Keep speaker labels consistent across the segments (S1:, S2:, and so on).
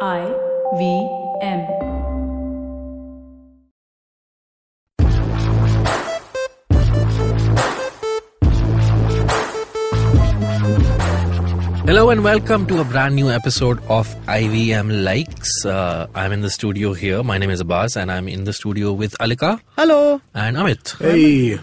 S1: I V M.
S2: Hello and welcome to a brand new episode of IVM Likes. Uh, I'm in the studio here. My name is Abbas and I'm in the studio with Alika
S3: Hello.
S2: and Amit.
S3: Hey.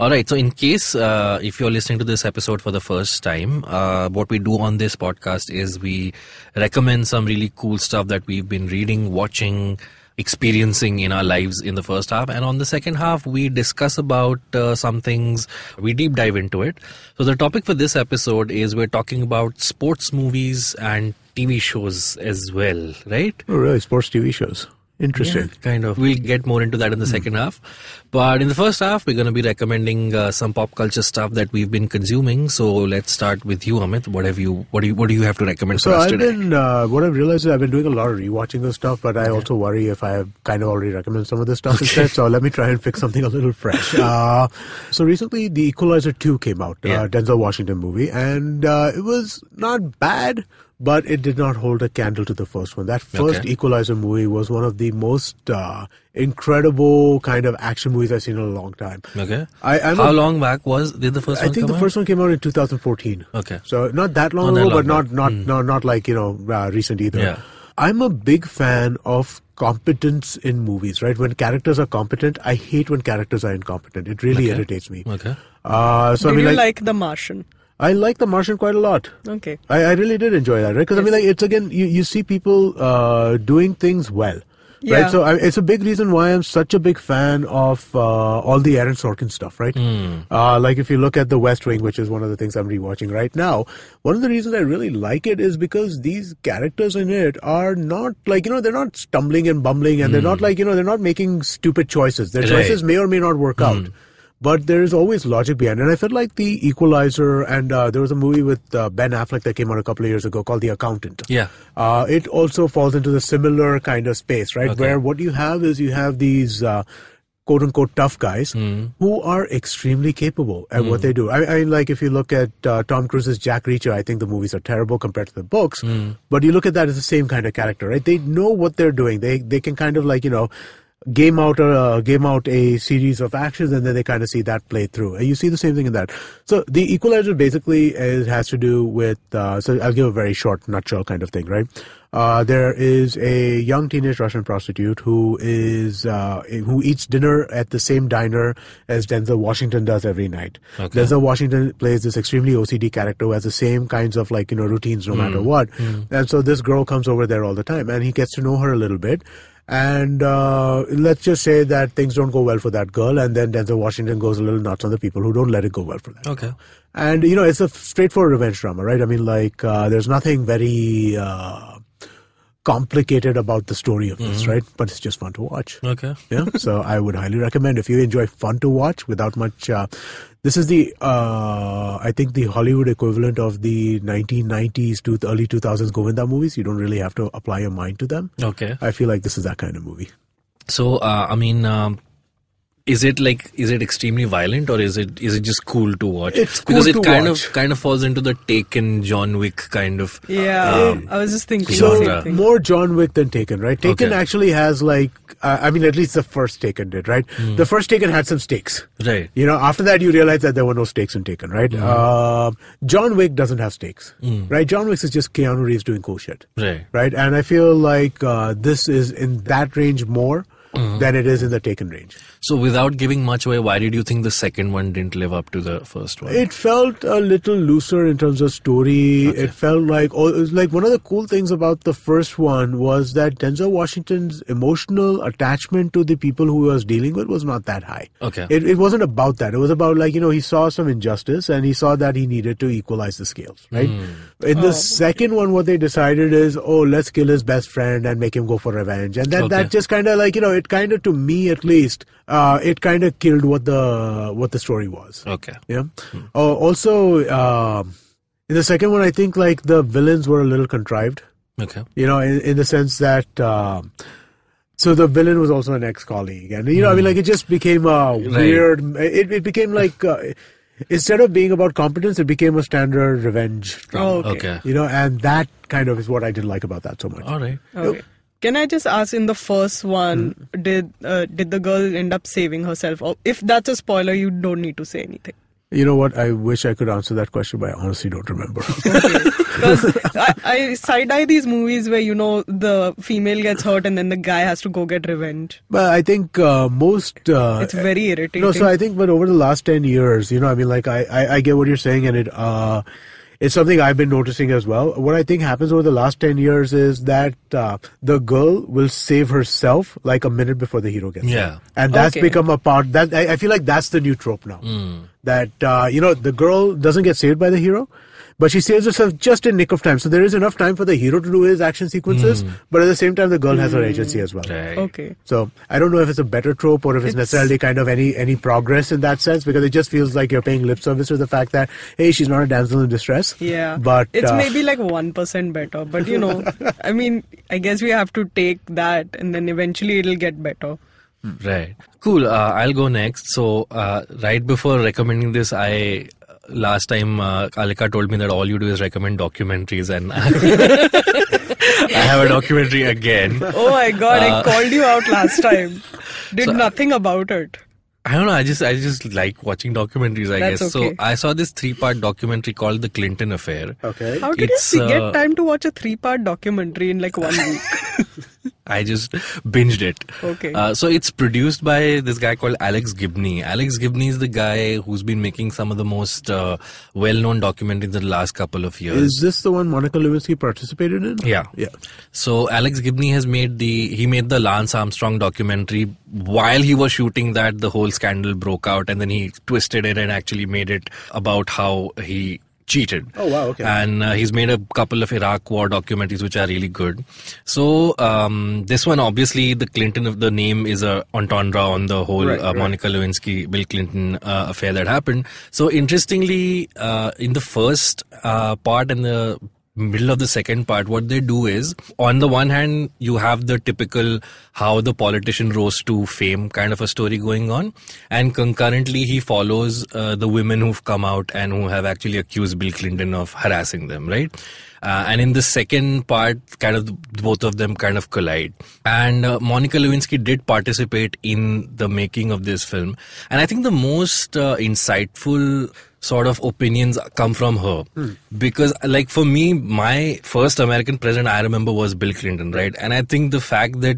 S2: All right. So, in case uh, if you're listening to this episode for the first time, uh, what we do on this podcast is we recommend some really cool stuff that we've been reading, watching, experiencing in our lives in the first half. And on the second half, we discuss about uh, some things, we deep dive into it. So, the topic for this episode is we're talking about sports movies and TV shows as well, right?
S3: Oh, really? Sports TV shows. Interesting.
S2: Kind of. We'll get more into that in the
S3: Mm-hmm.
S2: second half. But in the first half, we're going to be recommending uh, some pop culture stuff that we've been consuming. So let's start with you, Amit. What have you? What do you? What do you have to recommend
S3: So
S2: for us
S3: I've
S2: today?
S3: been uh, what I've realized is I've been doing a lot of rewatching this stuff, but I also worry if I have kind of already recommended some of this stuff instead. So let me try and pick something a little fresh. Uh, so recently, The Equalizer Two came out,
S2: Yeah.
S3: uh, Denzel Washington movie, and uh, it was not bad. But it did not hold a candle to the first one. That first
S2: Okay.
S3: Equalizer movie was one of the most uh, incredible kind of action movies I've seen in a long time.
S2: okay.
S3: I, I'm a
S2: How long back was did the first
S3: I
S2: one
S3: think
S2: come
S3: the first one came out in 2014.
S2: Okay. Oh,
S3: So not that long
S2: Not that
S3: ago,
S2: long Hmm.
S3: but not not, not not like you know uh, recent either.
S2: Yeah.
S3: I'm a big fan of competence in movies. Right when characters are competent, I hate when characters are incompetent. It really
S2: Okay.
S3: irritates me.
S2: out? Okay.
S3: Uh, so
S4: Did
S3: I mean,
S4: you
S3: like,
S4: like The Martian?
S3: I like The Martian quite a lot.
S4: Okay.
S3: I, I really did enjoy that, right? Because I mean, like, it's again, you, you see people uh, doing things well,
S4: Yeah.
S3: right? So I, it's a big reason why I'm such a big fan of uh, all the Aaron Sorkin stuff, right? Uh, like if you look at The West Wing, which is one of the things I'm rewatching right now, one of the reasons I really like it is because these characters in it are not like you know they're not stumbling and bumbling, and they're not like you know they're not making stupid choices. Their
S2: Right.
S3: choices may or may not
S2: Hmm.
S3: work out. But there is always logic behind it. And I felt like The Equalizer, and uh, there was a movie with uh, Ben Affleck that came out a couple of years ago called The Accountant.
S2: Yeah.
S3: Uh, it also falls into the similar kind of space, right?
S2: Okay.
S3: Where what you have is you have these uh, quote unquote tough guys
S2: Hmm.
S3: who are extremely capable at what they do. I, I like if you look at uh, Tom Cruise's Jack Reacher, I think the movies are terrible compared to the books,
S2: Hmm.
S3: but you look at that as the same kind of character, right? They know what they're doing. They they can kind of like you know. Game out a uh, game out a series of actions, and then they kind of see that play through. And you see the same thing in that. So the Equalizer basically is, has to do with. Uh, so I'll give a very short nutshell kind of thing, right? Uh, there is a young teenage Russian prostitute who is uh, who eats dinner at the same diner as Denzel Washington does every night.
S2: Okay.
S3: Denzel Washington plays this extremely OCD character who has the same kinds of like you know routines no matter what, and so this girl comes over there all the time, and he gets to know her a little bit. And uh, let's just say that things don't go well for that girl, and then Denzel Washington goes a little nuts on the people who don't let it go well for them.
S2: Okay.
S3: And you know, it's a straightforward revenge drama, right? I mean, like, uh, there's nothing very uh, complicated about the story of this, right? But it's just fun to watch.
S2: Okay.
S3: Yeah, so I would highly recommend if you enjoy fun to watch without much. Uh, this is the uh, I think the Hollywood equivalent of the 1990s to the early 2000s Govinda movies. You don't really have to apply your mind to them.
S2: Okay.
S3: I feel like this is that kind of movie.
S2: So uh, I mean. Um, is it like is it extremely violent or is it is it just cool to watch?
S3: It's cool
S2: because it
S3: to
S2: kind
S3: watch.
S2: of kind of falls into the Taken John Wick kind of
S4: Yeah,
S2: um,
S4: I was just thinking
S2: So,
S4: the
S2: uh,
S4: same thing.
S3: More John Wick than Taken, right? Taken
S2: Okay.
S3: actually has like, uh, I mean, at least the first Taken did, right?
S4: Hmm.
S3: The first Taken had some stakes.
S2: right.
S3: You know, after that, you realize that there were no stakes in Taken, right? Um John Wick doesn't have stakes, right? John Wick is just Keanu Reeves doing cool shit,
S2: Right.
S3: right? And I feel like uh, this is in that range more than it is in the Taken range.
S2: So, without giving much away, why did you think the second one didn't live up to the first one?
S3: It felt a little looser in terms of story. It felt like oh, it was like one of the cool things about the first one was that Denzel Washington's emotional attachment to the people who he was dealing with was not that high.
S2: Okay.
S3: It, it wasn't about that. It was about like you know he saw some injustice and he saw that he needed to equalize the scales. Right.
S2: Hmm.
S3: In the second one, what they decided is oh let's kill his best friend and make him go for revenge, and that that
S2: Okay.
S3: just kind of like you know it kind of to me at least uh, it kind of killed what the what the story was.
S2: okay.
S3: Yeah. Oh, also, um, in the second one, I think like the villains were a little contrived.
S2: Okay.
S3: You know, in, in the sense that um, so the villain was also an ex-colleague, and you know, I mean, like it just became a weird. It it became like uh, instead of being about competence, it became a standard revenge.
S4: Oh,
S3: Drama.
S4: okay.
S2: Okay.
S3: You know, and that kind of is what I didn't like about that so much.
S2: All right.
S4: Okay. Can I just ask? In the first one,
S3: Hmm.
S4: did uh, did the girl end up saving herself? Or if that's a spoiler, you don't need to say anything.
S3: You know what? I wish I could answer that question, but I honestly don't remember.
S4: Because I, I side eye these movies where you know the female gets hurt and then the guy has to go get revenge.
S3: but I think uh, most. Uh,
S4: It's very irritating.
S3: No, so I think, but over the last ten years, you know, I mean, like I, I, I get what you're saying, and it, uh, it's something I've been noticing as well. What I think happens over the last ten years is that uh, the girl will save herself like a minute before the hero gets
S2: Yeah.
S3: there, and that's
S4: Okay. Hmm.
S3: become a part. That I, I feel like that's the new trope now. That uh, you know, the girl doesn't get saved by the hero. But she saves herself just in nick of time, so there is enough time for the hero to do his action sequences.
S4: Hmm.
S3: But at the same time, the girl has her agency as well.
S2: Right.
S4: okay.
S3: So I don't know if it's a better trope or if it's,
S4: It's-
S3: necessarily kind of any any progress in that sense because it just feels like you're paying lip service to the fact that hey she's not a damsel in distress.
S4: Yeah.
S3: but
S4: it's
S3: uh,
S4: maybe like 1% better. But you know, I mean, I guess we have to take that and then eventually it'll get better.
S2: Right. Cool. Uh, I'll go next. So, uh, right before recommending this, I last time uh, Alika told me that all you do is recommend documentaries, and I have a documentary again.
S4: Oh my god,
S2: Uh,
S4: I called you out last time. Did nothing about it.
S2: I don't know. I just I just like watching documentaries. I
S4: That's
S2: guess so.
S4: okay.
S2: I saw this three part documentary called The Clinton Affair.
S3: okay.
S4: How did
S2: It's,
S4: you see-
S2: uh,
S4: get time to watch a three part documentary in like one week?
S2: I just binged it.
S4: Okay.
S2: Uh, so it's produced by this guy called Alex Gibney. Alex Gibney is the guy who's been making some of the most uh, well-known documentaries in the last couple of years.
S3: Is this the one Monica Lewinsky participated in?
S2: Yeah.
S3: yeah.
S2: So Alex Gibney has made the he made the Lance Armstrong documentary while he was shooting that the whole scandal broke out and then he twisted it and actually made it about how he cheated.
S3: Oh, wow, okay.
S2: And uh, he's made a couple of Iraq war documentaries which are really good. So um, this one obviously the Clinton of the name is a entendre on the whole
S3: Right,
S2: uh,
S3: right.
S2: Monica Lewinsky Bill Clinton uh, affair that happened. So interestingly uh, in the first uh, part and the middle of the second part what they do is on the one hand you have the typical how the politician rose to fame kind of a story going on and concurrently he follows uh, the women who've come out and who have actually accused bill clinton of harassing them right uh, and in the second part kind of both of them kind of collide and uh, monica lewinsky did participate in the making of this film and i think the most uh, insightful sort of opinions come from her because like for me my first american president i remember was bill clinton right and i think the fact that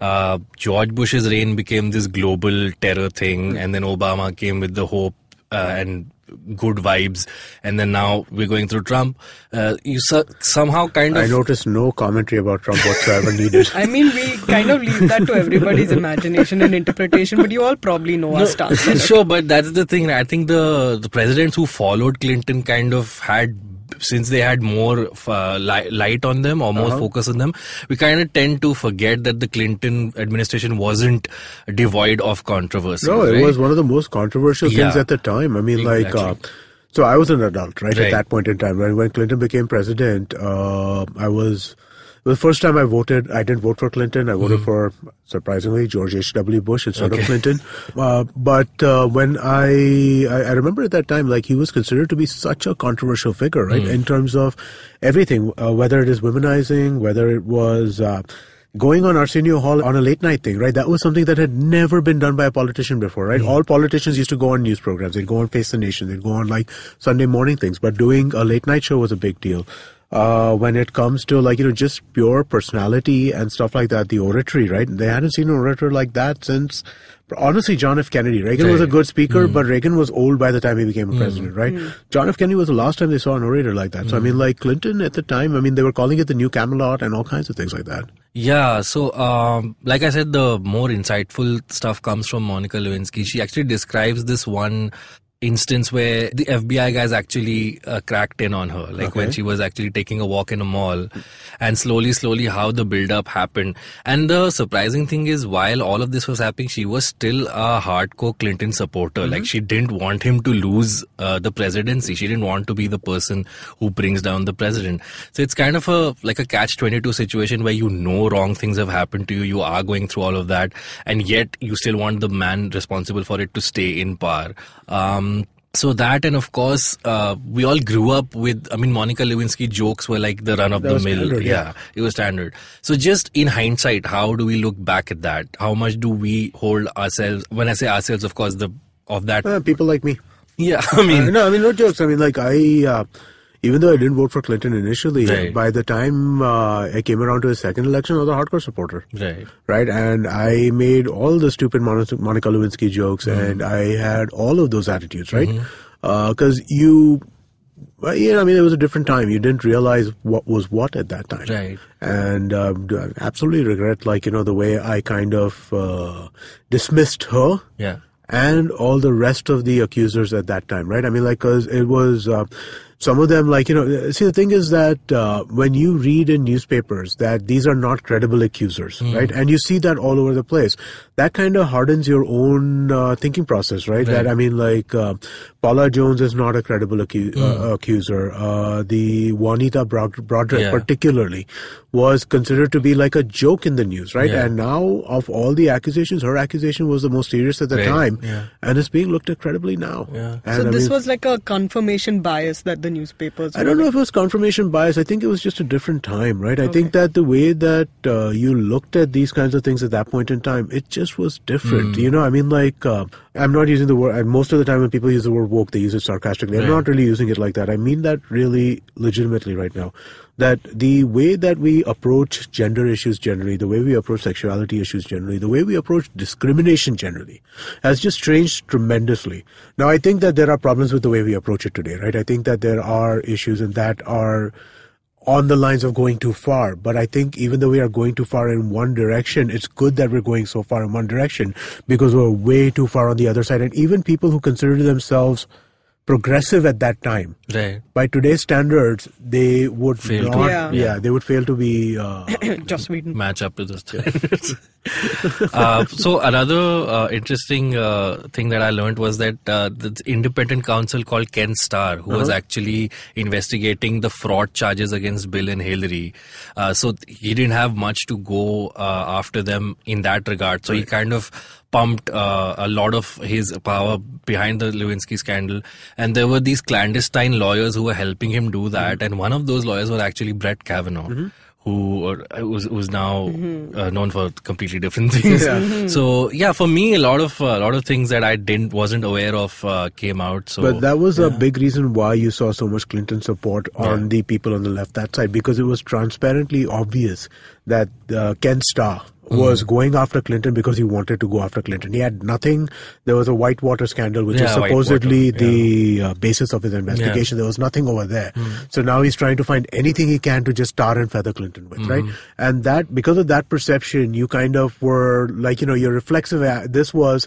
S2: uh, george bush's reign became this global terror thing and then obama came with the hope uh, and good vibes and then now we're going through trump uh, you so- somehow kind of
S3: I noticed no commentary about Trump whatsoever needed.
S4: I mean, we kind of leave that to everybody's imagination and interpretation, but you all probably know our stance.
S2: sure, but that's the thing. I think the the presidents who followed Clinton kind of had since they had more uh, li- light on them or
S3: Uh-huh.
S2: more focus on them we kind of tend to forget that the clinton administration wasn't devoid of controversy
S3: No, it
S2: right?
S3: was one of the most controversial things
S2: Yeah.
S3: at the time. I mean, like, uh,
S2: Exactly.
S3: so I was an adult, right,
S2: Right.
S3: at that point in time. When, when Clinton became president, uh, I was. The first time I voted, I didn't vote for Clinton. I voted
S2: Mm-hmm.
S3: for, surprisingly, George H.W. Bush instead of Clinton. Uh, but uh, when I, I, I remember at that time, like, he was considered to be such a controversial figure, right,
S2: Mm.
S3: in terms of everything, uh, whether it is womenizing, whether it was. Uh, going on Arsenio Hall on a late night thing, right? That was something that had never been done by a politician before, right? All politicians used to go on news programs, they'd go on Face the Nation, they'd go on like Sunday morning things, but doing a late night show was a big deal. Uh, when it comes to like, you know, just pure personality and stuff like that, the oratory, right? They hadn't seen an orator like that since, honestly, John F. Kennedy. Reagan was a
S2: Right.
S3: good speaker, but Reagan was old by the time he became a president, right? John F. Kennedy was the last time they saw an orator like that. So, I mean, like Clinton at the time, I mean, they were calling it the new Camelot and all kinds of things like that.
S2: Yeah, so um, like I said, the more insightful stuff comes from Monica Lewinsky. She actually describes this one instance where the FBI guys actually uh, cracked in on her, like when she was actually taking a walk in a mall, and slowly, slowly how the build-up happened. And the surprising thing is, while all of this was happening, she was still a hardcore Clinton supporter. Like she didn't want him to lose uh, the presidency. She didn't want to be the person who brings down the president. So it's kind of a like a catch 22 situation where you know wrong things have happened to you, you are going through all of that, and yet you still want the man responsible for it to stay in power. Um, So that, and of course, uh, we all grew up with. I mean, Monica Lewinsky jokes were like the run of
S3: That
S2: the
S3: was
S2: mill.
S3: standard, yeah.
S2: it was standard. So just in hindsight, how do we look back at that? How much do we hold ourselves? When I say ourselves, of course, the of that.
S3: Uh, people like me. Uh,
S2: yeah, I mean,
S3: no, I mean, no jokes. I mean, like, I, uh, even though I didn't vote for Clinton initially,
S2: Right.
S3: by the time uh, I came around to his second election, I was a hardcore supporter.
S2: right.
S3: Right, and I made all the stupid Mon- Monica Lewinsky jokes,
S2: Mm-hmm.
S3: and I had all of those attitudes, right? Because you, well, yeah, I mean, it was a different time. You didn't realize what was what at that time,
S2: Right.
S3: And um, I absolutely regret, like you know, the way I kind of uh, dismissed her
S2: Yeah,
S3: and all the rest of the accusers at that time, right? I mean, like, because it was uh, some of them, like, you know, see, the thing is that uh, when you read in newspapers that these are not credible accusers,
S2: Hmm.
S3: right? And you see that all over the place. That kind of hardens your own uh, thinking process, right? That, I mean, like, uh, Paula Jones is not a credible acu- uh, accuser. Uh, the Juanita Brod- Broderick,
S2: Hmm. Yeah.
S3: particularly, was considered to be like a joke in the news, right?
S2: Yeah.
S3: And now, of all the accusations, her accusation was the most serious at the
S2: Right.
S3: time
S2: Yeah.
S3: and it's being looked at credibly now.
S2: Yeah.
S3: And
S4: So
S3: I
S4: this
S3: mean,
S4: was like a confirmation bias that the newspapers.
S3: I
S4: were
S3: don't know
S4: like-
S3: if it was confirmation bias. I think it was just a different time, right? I think that the way that uh, you looked at these kinds of things at that point in time, it just was different.
S2: Mm.
S3: You know, I mean, like, uh, I'm not using the word, and most of the time when people use the word woke, they use it sarcastically. I'm
S2: Right.
S3: not really using it like that. I mean that really legitimately right now. That the way that we approach gender issues generally, the way we approach sexuality issues generally, the way we approach discrimination generally, has just changed tremendously. Now, I think that there are problems with the way we approach it today, right? I think that there are issues and that are on the lines of going too far. But I think even though we are going too far in one direction, it's good that we're going so far in one direction because we're way too far on the other side. And even people who consider themselves progressive at that time,
S2: right.
S3: by today's standards, they would
S2: Fail to-
S3: not.
S4: Yeah.
S3: yeah. they would fail to be. Uh,
S4: Joss Whedon.
S2: match up to the standards. uh, so another uh, interesting uh, thing that I learned was that uh, the independent counsel called Ken Starr, who was actually investigating the fraud charges against Bill and Hillary, uh, so th- he didn't have much to go uh, after them in that regard. So he kind of pumped uh, a lot of his power behind the Lewinsky scandal, and there were these clandestine lawyers who were helping him do that, and one of those lawyers was actually Brett Kavanaugh who uh, was was now uh, known for completely different things.
S3: Yeah.
S2: So yeah, for me, a lot of a lot of things that I didn't wasn't aware of uh, came out. So
S3: but that was a big reason why you saw so much Clinton support on the people on the left that side because it was transparently obvious that uh, Ken Starr
S2: Mm-hmm.
S3: was going after Clinton because he wanted to go after Clinton. He had nothing. There was a Whitewater scandal, which is
S2: Yeah, Whitewater,
S3: supposedly the uh, basis of his investigation. There was nothing over there.
S2: Hmm.
S3: So now he's trying to find anything he can to just tar and feather Clinton with, right?
S2: Hmm.
S3: And that, because of that perception, you kind of were like, you know, your reflexive, a- this was,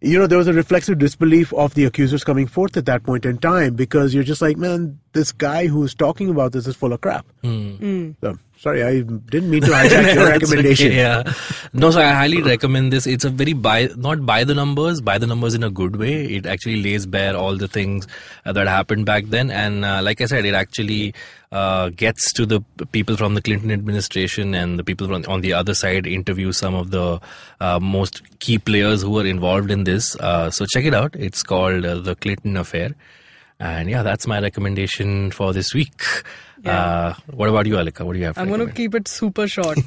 S3: you know, there was a reflexive disbelief of the accusers coming forth at that point in time because you're just like, man, this guy who's talking about this is full of crap.
S4: Hmm.
S3: So, sorry, I didn't mean to hijack your
S2: Hmm. That's
S3: recommendation.
S2: okay, yeah. No, so I highly recommend this. It's a very by not by the numbers, by the numbers in a good way. It actually lays bare all the things uh, that happened back then, and uh, like I said, it actually uh, gets to the p- people from the Clinton administration and the people from, on the other side. Interview some of the uh, most key players who were involved in this. Uh, so check it out. It's called uh, the Clinton Affair. And yeah, that's my recommendation for this week. Uh, what about you, Alika? What do you have? to
S4: I'm gonna
S2: recommend?
S4: keep it super short.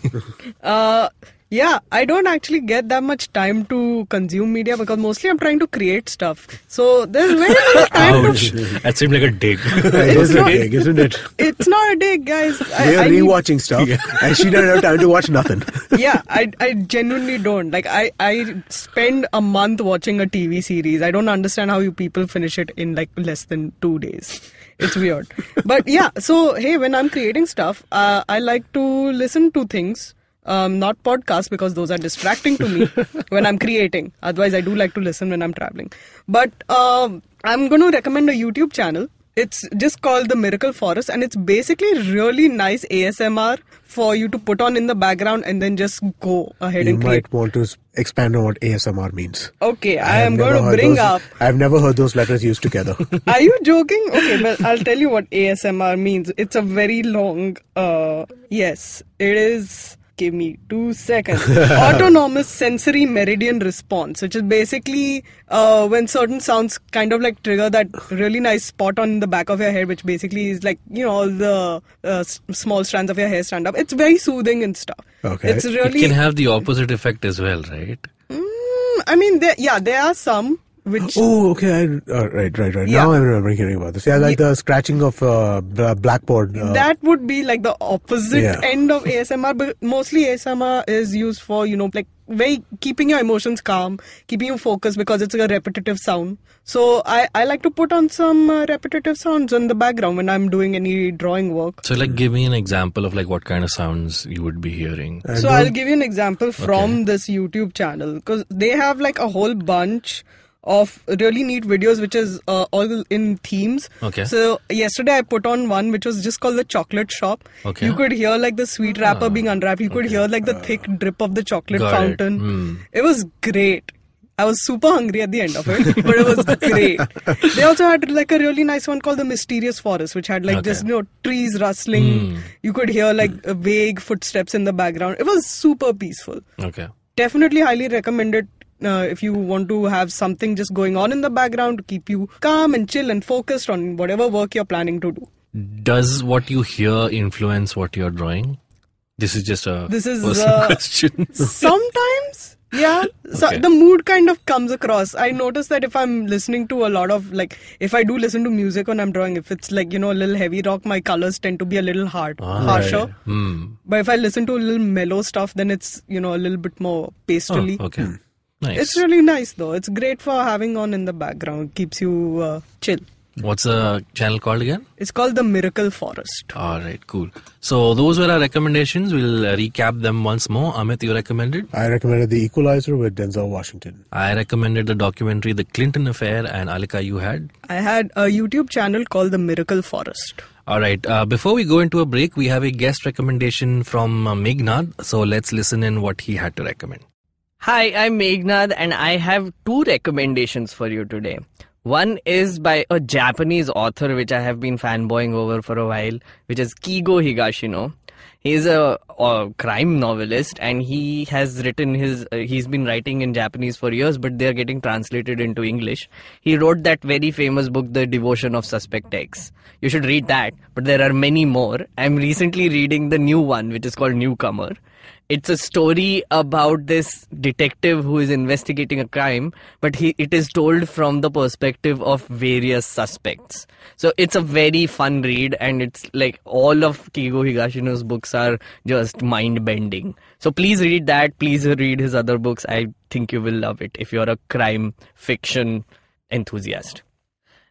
S4: uh, yeah, I don't actually get that much time to consume media because mostly I'm trying to create stuff. So there's very little time
S2: Ouch.
S4: to.
S2: that seemed like a dig.
S3: it is a
S4: not-
S3: dig, isn't it?
S4: It's not a day, guys. I,
S3: We are
S4: I need-
S3: rewatching stuff, and she doesn't have time to watch nothing.
S4: yeah, I, I genuinely don't. Like, I, I spend a month watching a TV series. I don't understand how you people finish it in like less than two days. It's weird. but yeah, so hey, when I'm creating stuff, uh, I like to listen to things. Um, not podcasts because those are distracting to me when I'm creating. Otherwise, I do like to listen when I'm traveling. But um, I'm going to recommend a YouTube channel. It's just called The Miracle Forest, and it's basically really nice ASMR for you to put on in the background and then just go ahead
S3: You
S4: and create.
S3: might want to s- expand on what ASMR means.
S4: Okay, I,
S3: have
S4: am
S3: never
S4: going to
S3: heard
S4: bring
S3: those-
S4: up.
S3: I've never heard those letters used together.
S4: Are you joking? Okay, well, I'll tell you what ASMR means. It's a very long. Uh, yes, it is give me two seconds. Autonomous sensory meridian response, which is basically uh, when certain sounds kind of like trigger that really nice spot on the back of your head, which basically is like you know all the uh, s- small strands of your hair stand up. It's very soothing and stuff.
S3: Okay.
S4: it's really.
S2: It can have the opposite effect as well, right?
S4: Mm, I mean, there, yeah, there are some which.
S3: Oh, okay. I, uh, right, right, right.
S4: Yeah.
S3: Now I remember hearing about this. Yeah, like the scratching of uh, bla- blackboard. Uh,
S4: that would be like the opposite
S3: Yeah.
S4: end of ASMR, but mostly ASMR is used for, you know, like very keeping your emotions calm, keeping you focused because it's a repetitive sound. So I, I like to put on some uh, repetitive sounds in the background when I'm doing any drawing work.
S2: So, like, give me an example of like what kind of sounds you would be hearing.
S3: I
S4: so
S3: don't-
S4: I'll give you an example from this YouTube channel because they have like a whole bunch of really neat videos which is uh, all in themes
S2: Okay.
S4: so yesterday i put on one which was just called the chocolate shop
S2: Okay. Ah.
S4: you could hear like the sweet wrapper being unwrapped you could hear like the thick drip of the chocolate
S2: Got it. Hmm.
S4: fountain it was great I was super hungry at the end of it, but it was great. They also had like a really nice one called the Mysterious Forest, which had like
S2: Okay. Hmm.
S4: just you know trees rustling. You could hear like uh, vague footsteps in the background. It was super peaceful.
S2: Okay.
S4: Definitely highly recommended uh, if you want to have something just going on in the background to keep you calm and chill and focused on whatever work you're planning to do.
S2: Does what you hear influence what you're drawing? This is just a
S4: This is,
S2: personal
S4: uh,
S2: question.
S4: sometimes yeah so
S2: Okay.
S4: the mood kind of comes across i notice that if i'm listening to a lot of like if i do listen to music when i'm drawing if it's like you know a little heavy rock my colors tend to be a little hard
S2: Ah,
S4: harsher
S2: Hmm.
S4: but if i listen to a little mellow stuff then it's you know a little bit more
S2: Oh,
S4: pastely
S2: okay. Nice.
S4: it's really nice though it's great for having on in the background keeps you uh, chill
S2: What's the channel called again?
S4: it's called the miracle forest
S2: All right, cool. So those were our recommendations. We'll uh, recap them once more. Amit, you recommended.
S3: I recommended The Equalizer with Denzel Washington.
S2: I recommended the documentary The Clinton Affair, and Alika, you had.
S4: i had a youtube channel called the miracle forest
S2: All right. Uh, before we go into a break, we have a guest recommendation from uh, Meghnad. So let's listen in what he had to recommend.
S5: Hi, I'm Meghnad, and I have two recommendations for you today. One is by a Japanese author, which I have been fanboying over for a while, which is Kigo Higashino. He is a, a crime novelist, and he has written his. Uh, he's been writing in Japanese for years, but they are getting translated into English. He wrote that very famous book, The Devotion of Suspect X. You should read that, but there are many more. I'm recently reading the new one, which is called Newcomer it's a story about this detective who is investigating a crime but he it is told from the perspective of various suspects so it's a very fun read and it's like all of kigo higashino's books are just mind bending so please read that please read his other books i think you will love it if you're a crime fiction enthusiast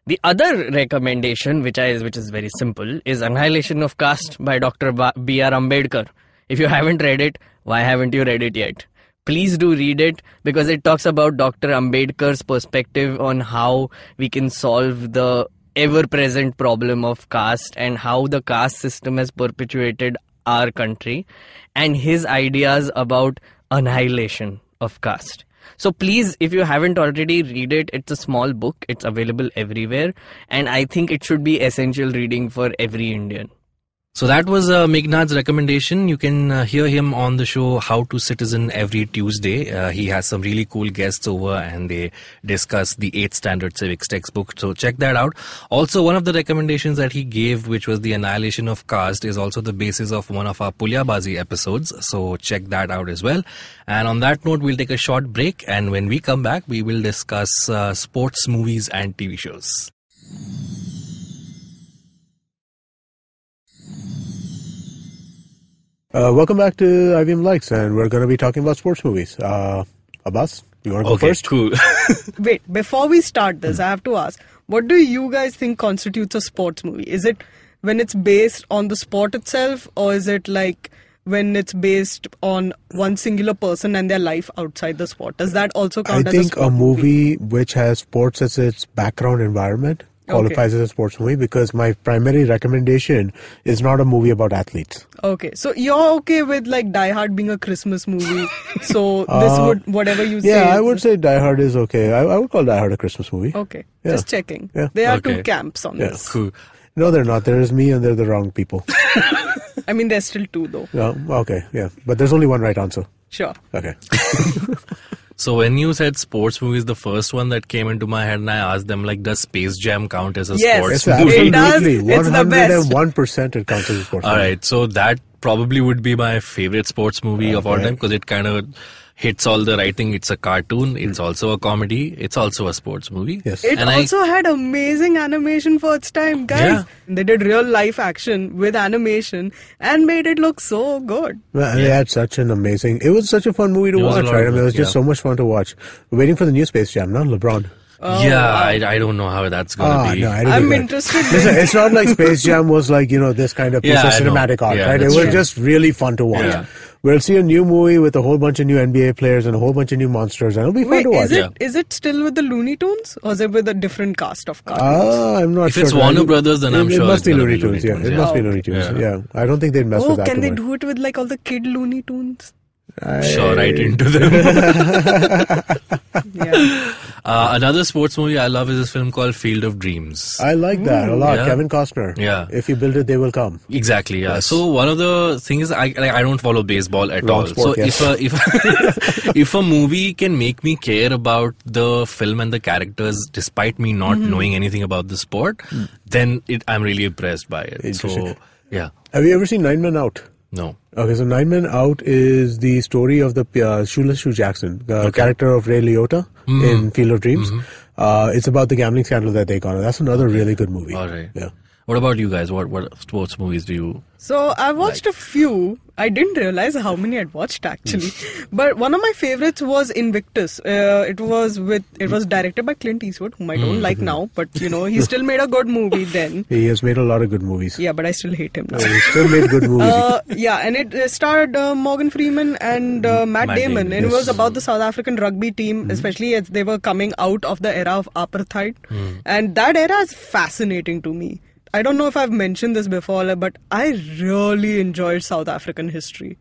S5: the other recommendation, which is which is very simple, is Annihilation of Caste by Dr. Ba- B.R. Ambedkar. If you haven't read it, why haven't you read it yet? Please do read it because it talks about Dr. Ambedkar's perspective on how we can solve the ever-present problem of caste and how the caste system has perpetuated our country, and his ideas about annihilation of caste. So please, if you haven't already, read it. It's a small book. It's available everywhere, and I think it should be essential reading for every Indian.
S2: So that was uh, Meghnad's recommendation. You can uh, hear him on the show How to Citizen every Tuesday. Uh, he has some really cool guests over and they discuss the 8th Standard Civics textbook. So check that out. Also, one of the recommendations that he gave, which was The Annihilation of Caste, is also the basis of one of our Pulyabazi episodes. So check that out as well. And on that note, we'll take a short break. And when we come back, we will discuss uh, sports, movies, and TV shows.
S3: Uh, welcome back to IBM Likes, and we're going to be talking about sports movies. Uh, Abbas, you want to go first?
S2: cool.
S4: Wait, before we start this, I have to ask what do you guys think constitutes a sports movie? Is it when it's based on the sport itself, or is it like when it's based on one singular person and their life outside the sport? Does that also
S3: I
S4: count as Oh, a
S3: think um, a
S4: sport
S3: movie which has sports as its background environment qualifies as a sports movie because my primary recommendation is not a movie about athletes.
S4: Okay, so you're okay with like Die Hard being a Christmas movie, so this
S3: Uh,
S4: would whatever you say.
S3: Yeah, I
S4: is-
S3: would say Die Hard is okay. I, I would call Die Hard a Christmas movie.
S4: Okay,
S3: Yeah.
S4: just checking.
S3: Yeah.
S4: There are
S2: Okay.
S4: two camps on this.
S2: cool.
S3: No, they're not. There is me, and they're the wrong people.
S4: I mean, there's still two though.
S3: Yeah, okay, yeah. But there's only one right answer.
S4: Sure.
S3: Okay.
S2: So when you said sports movies, the first one that came into my head, and I asked them like, "Does Space Jam count as a
S4: Yes.
S2: sports
S3: Yes,
S2: movie?"
S4: It does.
S3: absolutely.
S4: It's the best.
S3: 101% it counts as a sports
S2: All
S3: movie.
S2: right, so that probably would be my favorite sports movie of all
S3: Okay.
S2: time because it kind of hits all the right thing. It's a cartoon. It's also a comedy. It's also a sports movie.
S3: Hmm. Yes.
S4: It
S2: And I-
S4: also had amazing animation for its time, guys.
S2: Yeah.
S4: They did real life action with animation and made it look so good.
S3: Well, They had such an amazing. It was such a fun movie to
S2: It was a
S3: watch,
S2: lot
S3: right?
S2: of
S3: I mean, it
S2: fun,
S3: was just
S2: yeah.
S3: so much fun to watch. We're waiting for the new Space Jam, not LeBron.
S4: oh,
S2: yeah, I, I don't know how that's gonna
S3: Ah,
S2: be.
S3: no, I don't
S4: I'm
S3: think that-
S4: interested.
S3: Listen, it's not like Space Jam was like, you know, this kind of piece
S2: Yeah,
S3: of
S2: I know.
S3: cinematic art,
S2: Yeah,
S3: right? It
S2: that's
S3: was
S2: true.
S3: just really fun to watch.
S2: Yeah.
S3: We'll see a new movie with a whole bunch of new NBA players and a whole bunch of new monsters, and it'll be fun
S4: Wait,
S3: to watch.
S4: is it is
S2: Yeah.
S4: it still with the Looney Tunes or is it with a different cast of cartoons?
S3: Ah, I'm not
S2: If
S3: sure.
S2: it's Warner
S3: It-
S2: Brothers, then
S3: it,
S2: I'm
S3: it
S2: sure
S3: must
S2: it's
S3: be
S2: gonna
S3: Looney
S2: be Looney
S3: Tunes. Yeah,
S2: Tunes,
S3: it
S2: yeah.
S3: must be Looney Tunes.
S2: Yeah.
S3: Yeah, I don't think they'd mess
S4: oh,
S3: with that
S4: can
S3: too
S4: they
S3: much.
S4: do it with like all the kid Looney Tunes?
S2: Sure, right into them.
S4: Yeah.
S2: Uh, another sports movie I love is this film called Field of Dreams.
S3: I like that a lot.
S2: Hmm. yeah.
S3: Kevin Costner.
S2: Yeah.
S3: If you build it, they will come.
S2: Exactly. Yeah. So one of the things I like, I don't follow baseball at
S3: Wrong
S2: all.
S3: sport,
S2: so
S3: yes.
S2: if a, if if a movie can make me care about the film and the characters, despite me not
S3: Mm-hmm.
S2: knowing anything about the sport, then it, I'm really impressed by it. So
S3: Hmm. Interesting.
S2: yeah,
S3: Have you ever seen Nine Men Out?
S2: no.
S3: Okay, so Nine Men Out is the story of the uh, Shoeless Shoe Jackson, the character of Ray Liotta
S2: Mm-hmm.
S3: in Field of Dreams. Uh, it's about the gambling scandal that they got. That's another really good movie.
S2: All right.
S3: Yeah.
S2: What about you guys? What what sports movies do you?
S4: So I watched a few. I didn't realize how many I'd watched actually,
S2: Hmm.
S4: but one of my favorites was Invictus. Uh, it was with it was directed by Clint Eastwood, whom I
S2: Hmm.
S4: don't like now, but you know he still made a good movie then.
S3: He has made a lot of good movies.
S4: Yeah, but I still hate him now.
S3: He still made good movies.
S4: Uh, yeah, and it uh, starred uh, Morgan Freeman and uh, Matt,
S2: Matt
S4: Damon, Mm-hmm.
S2: Damon,
S4: and it was about the South African rugby team, especially as they were coming out of the era of apartheid, and that era is fascinating to me. I don't know if I've mentioned this before, but I really enjoyed South African history.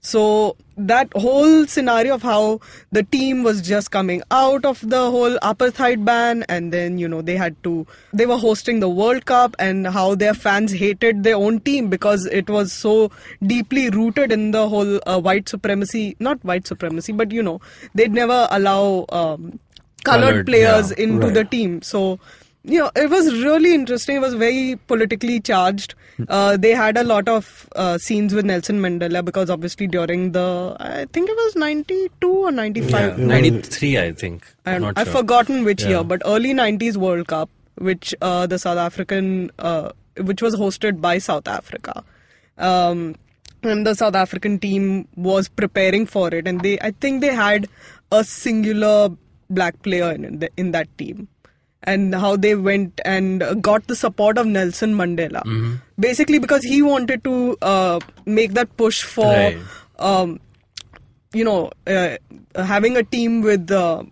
S4: So that whole scenario of how the team was just coming out of the whole apartheid ban and then you know they had to they were hosting the World Cup and how their fans hated their own team because it was so deeply rooted in the whole uh, white supremacy not white supremacy but you know they'd never allow um, colored,
S2: Colored,
S4: players
S2: yeah.
S4: into
S3: Right.
S4: the team. So, you know, it was really interesting. It was very politically charged.
S3: Hmm.
S4: Uh, they had a lot of uh, scenes with Nelson Mandela because obviously during the, I think it was 92 or 95.
S2: Yeah,
S3: was-
S2: ninety three, I think.
S4: I
S2: I'm not
S4: have
S2: sure.
S4: forgotten which
S2: Yeah.
S4: year, but early 90s World Cup, which uh, the South African, uh, which was hosted by South Africa. Um, and the South African team was preparing for it, and they, I think they had a singular black player in, the, in that team. And how they went and uh, got the support of Nelson Mandela.
S2: Mm-hmm.
S4: Basically, because he wanted to uh, make that push for
S2: Right.
S4: um, you know, uh, having a team with uh,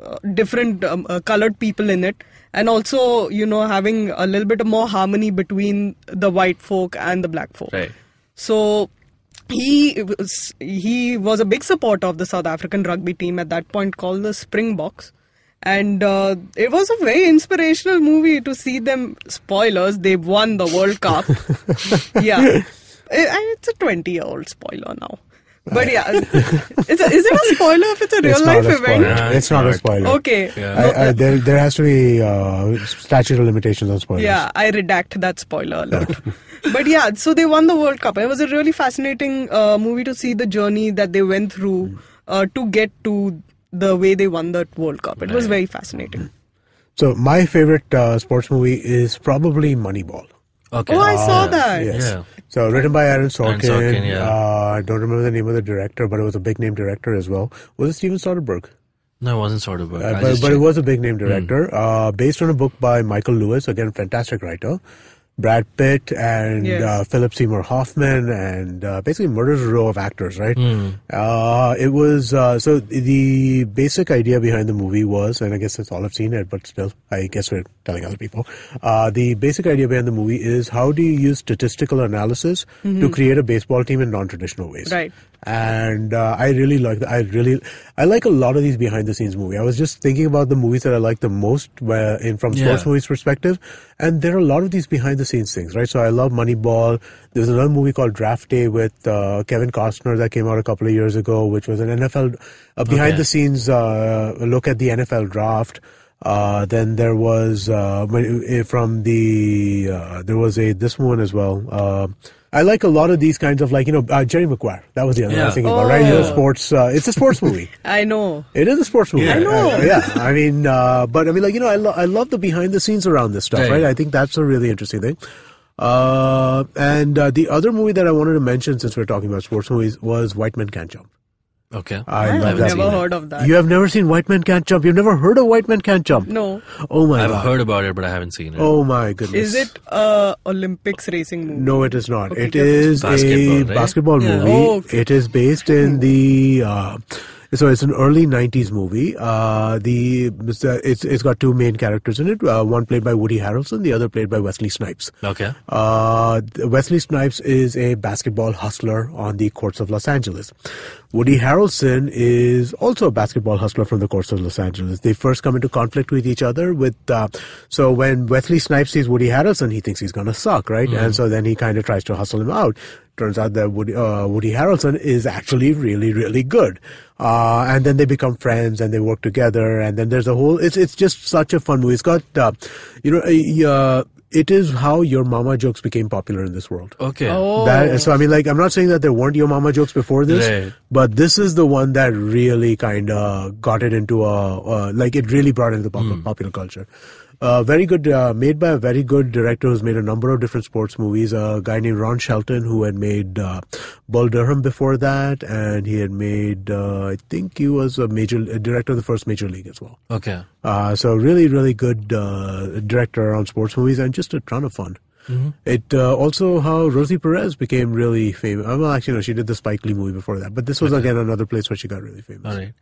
S4: uh, different um, uh, colored people in it, and also you know having a little bit more harmony between the white folk and the black folk.
S2: Right.
S4: So he was he was a big supporter of the South African rugby team at that point called the Springboks. And uh, it was a very inspirational movie to see them. Spoilers: they won the World Cup. yeah, I- I- it's a twenty-year-old spoiler now, but yeah, it's a, is it a spoiler if it's a
S3: it's
S4: real-life
S3: not a spoiler.
S4: event?
S2: Yeah,
S3: it's not a
S2: it's
S3: spoiler.
S4: Okay,
S2: Yeah.
S3: I, I, there, there has to be uh, statute of limitations on spoilers.
S4: Yeah, I redact that spoiler alert. but yeah, so they won the World Cup. It was a really fascinating uh, movie to see the journey that they went
S3: Mm.
S4: through uh, to get to the way they won that World Cup. It was very fascinating.
S3: So my favorite uh, sports movie is probably Moneyball.
S2: Okay.
S4: Oh, I saw that.
S3: Ah, Yes.
S2: Yeah.
S3: So written by Aaron Sorkin.
S2: Aaron Sorkin, yeah.
S3: uh, I don't remember the name of the director, but it was a big name director as well. Was it Steven Soderbergh?
S2: No, it wasn't sort of.
S3: Uh, but, but it was a big name director, uh, based on a book by Michael Lewis, again fantastic writer. Brad Pitt and
S4: Yes.
S3: uh, Philip Seymour Hoffman and uh, basically murderers row of actors, right? Uh, it was uh, so the basic idea behind the movie was, and I guess that's all I've seen it, but still, I guess we're telling other people. Uh, the basic idea behind the movie is how do you use statistical analysis to create a baseball team in non-traditional ways?
S4: Mm-hmm. Right.
S3: and uh, I really like the, I really I like a lot of these behind the scenes movie. I was just thinking about the movies that I like the most where, in from sports
S2: Yeah.
S3: movies perspective, and there are a lot of these behind the scenes things, right? So I love Moneyball. There was another movie called Draft Day with uh, Kevin Costner that came out a couple of years ago, which was an NFL a behind the scenes uh, look at the NFL draft. Uh, then there was uh, when- eh, from the uh, there was a this one as well. Uh, I like a lot of these kinds of like you know uh, Jerry Maguire. That was the other one I was
S2: Yeah.
S3: thinking about, right? You know, sports. Uh, it's a sports movie.
S4: I know.
S3: It is a sports movie.
S2: Yeah. I
S4: know.
S3: Uh, yeah, I mean, uh, but I mean, like you know, I, lo- I love the behind the scenes around this stuff,
S2: Right.
S3: right? I think that's a really interesting thing. Uh, and uh, the other movie that I wanted to mention, since we're talking about sports movies, was White Men Can't Jump.
S2: Okay.
S3: I,
S4: I
S3: love
S4: have
S3: that.
S4: never
S3: movie.
S4: heard of that.
S3: You have never seen White Man Can't Jump. You've never heard of White Man Can't Jump.
S4: No.
S3: Oh my
S2: I've
S3: god.
S2: heard about it, but I haven't seen it.
S3: oh my goodness.
S4: Is it a Olympics racing movie?
S3: No, it is not.
S4: Okay,
S3: it
S4: good.
S3: is
S2: Basketball,
S3: a
S2: right?
S3: basketball
S2: Yeah.
S3: movie.
S4: Oh, okay.
S3: It is based in the. Uh, so it's an early '90s movie. Uh, the it's it's got two main characters in it. Uh, one played by Woody Harrelson, the other played by Wesley Snipes.
S2: Okay.
S3: Uh, Wesley Snipes is a basketball hustler on the courts of Los Angeles. Woody Harrelson is also a basketball hustler from the courts of Los Angeles. They first come into conflict with each other. With uh, so when Wesley Snipes sees Woody Harrelson, he thinks he's gonna suck, right? And so then he kind of tries to hustle him out. Turns out that Woody, uh, Woody Harrelson is actually really, really good. Uh, and then they become friends and they work together. And then there's a whole. It's it's just such a fun movie. It's got uh, you know. a- Uh, it is how your mama jokes became popular in this world.
S2: Okay.
S4: Oh.
S3: That, so I mean, like, I'm not saying that there weren't your mama jokes before this,
S2: Right.
S3: but this is the one that really kind of got it into a uh, like it really brought it into pop- popular culture. Uh, very good, uh, made by a very good director who's made a number of different sports movies. A guy named Ron Shelton who had made uh, Bull Durham before that, and he had made uh, I think he was a major a director of the first Major League as well.
S2: Okay.
S3: Uh, so really, really good uh, director on sports movies and just a ton of fun.
S2: Mm-hmm.
S3: It uh, also how Rosie Perez became really famous. Uh, Well, actually, no, she did the Spike Lee movie before that, but this was again another place where she got really famous.
S2: All right.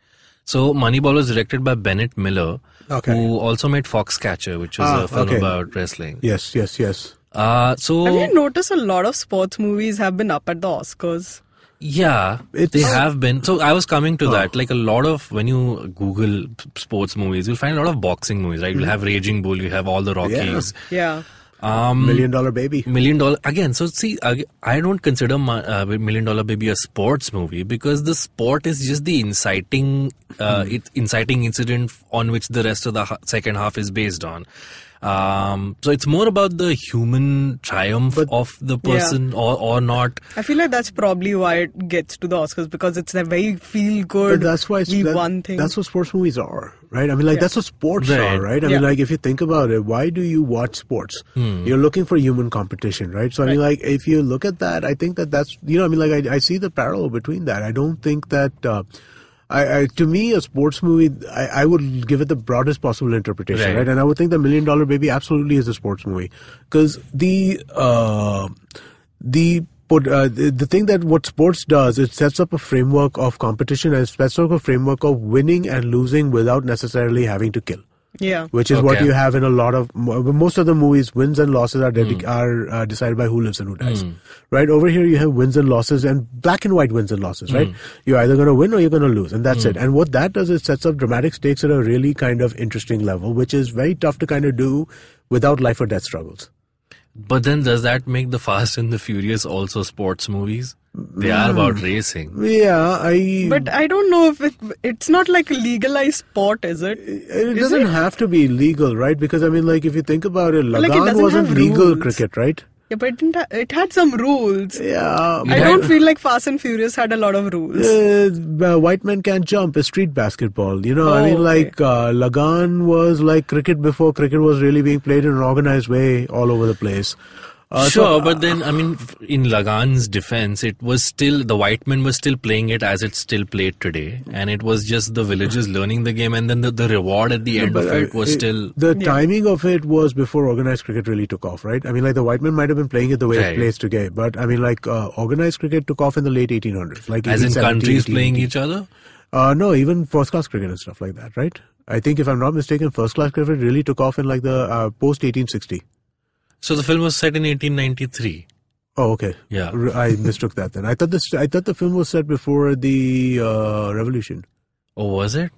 S2: So Moneyball was directed by Bennett Miller,
S3: Okay.
S2: who also made Foxcatcher, which is
S3: Ah,
S2: a film
S3: okay.
S2: about wrestling.
S3: Yes, yes, yes.
S2: Uh, so
S4: Have you noticed a lot of sports movies have been up at the Oscars?
S2: Yeah,
S3: It's- Oh.
S2: they have been. So I was coming to that. Like a lot of when you Google p- sports movies, you'll find a lot of boxing movies. Right? You'll
S3: Mm-hmm.
S2: have Raging Bull. You have all the Rockies.
S4: Yeah.
S2: Um,
S3: Million Dollar Baby.
S2: Million Dollar again. So see, ag- I don't consider my, uh, Million Dollar Baby a sports movie because the sport is just the inciting, uh, it, inciting incident on which the rest of the ha- second half is based on. Um, so it's more about the human triumph of the person or, or not.
S4: I feel like that's probably why it gets to the Oscars because it's a very feel good.
S3: But that's why it's,
S4: we
S3: that-
S4: won thing.
S3: that's what sports movies are, right? I mean, like that's what sports
S2: Right.
S3: are, right? I mean,
S4: Yeah.
S3: like if you think about it, why do you watch sports? You're looking for human competition, right? So I mean, like if you look at that, I think that that's you know, I mean, like I, I see the parallel between that. I don't think that. Uh, I, I, to me, a sports movie, I, I would give it the broadest possible interpretation,
S2: Right.
S3: right? And I would think the Million Dollar Baby absolutely is a sports movie because the uh, the put uh, the, the thing that what sports does it sets up a framework of competition and it sets up a framework of winning and losing without necessarily having to kill
S4: yeah.
S3: which is what
S2: Okay.
S3: you have in a lot of mo- most of the movies wins and losses are dedic-
S4: Hmm.
S3: are uh, decided by who lives and who dies right over here you have wins and losses and black and white wins and losses
S4: Hmm.
S3: right you're either going to win or you're going to lose and that's it and what that does is sets up dramatic stakes at a really kind of interesting level which is very tough to kind of do without life or death struggles
S2: But then, does that make the Fast and the Furious also sports movies? They are about racing.
S3: yeah i
S4: But I don't know if it, it's not like a legalized sport, is it?
S3: It
S4: Is
S3: doesn't
S4: it?
S3: have to be legal, right? Because I mean, like if you think about it,
S4: Like, it
S3: Lagan
S4: doesn't
S3: wasn't
S4: have
S3: legal
S4: rules.
S3: cricket, right?
S4: Yeah, but it, didn't ha- it had some
S3: Eh.
S4: rules.
S3: Yeah.
S4: I don't feel like Fast and Furious had a lot of rules.
S3: Uh, white men can't jump is street basketball. You know, I
S4: Oh,
S3: mean,
S4: okay.
S3: like uh, Lagan was like cricket before cricket was really being played in an organized way all over the place. Uh, so-
S2: sure, but then I mean, f- in Lagan's defense, it was still the white men were still playing it as it's still played today, and it was just the villagers learning the game, and then the, the reward at the end of
S3: But,
S2: it
S3: uh,
S2: was
S3: it-
S2: still
S3: the timing of it was before organized cricket really took off, right? I mean, like the white men might have been playing it the way
S2: Right.
S3: it plays today, but I mean, like uh, organized cricket took off in the late 1800s, like
S2: as in
S3: 1870,
S2: countries playing
S3: 1880.
S2: each other.
S3: Uh, no, even first class cricket and stuff like that, right? I think if I'm not mistaken, first class cricket really took off in like the uh, post 1860.
S2: So the film was set in 1893.
S3: Oh, okay.
S2: Yeah.
S3: R- I mistook that then. I thought this. I thought the film was set before the uh, revolution.
S2: Oh, was it?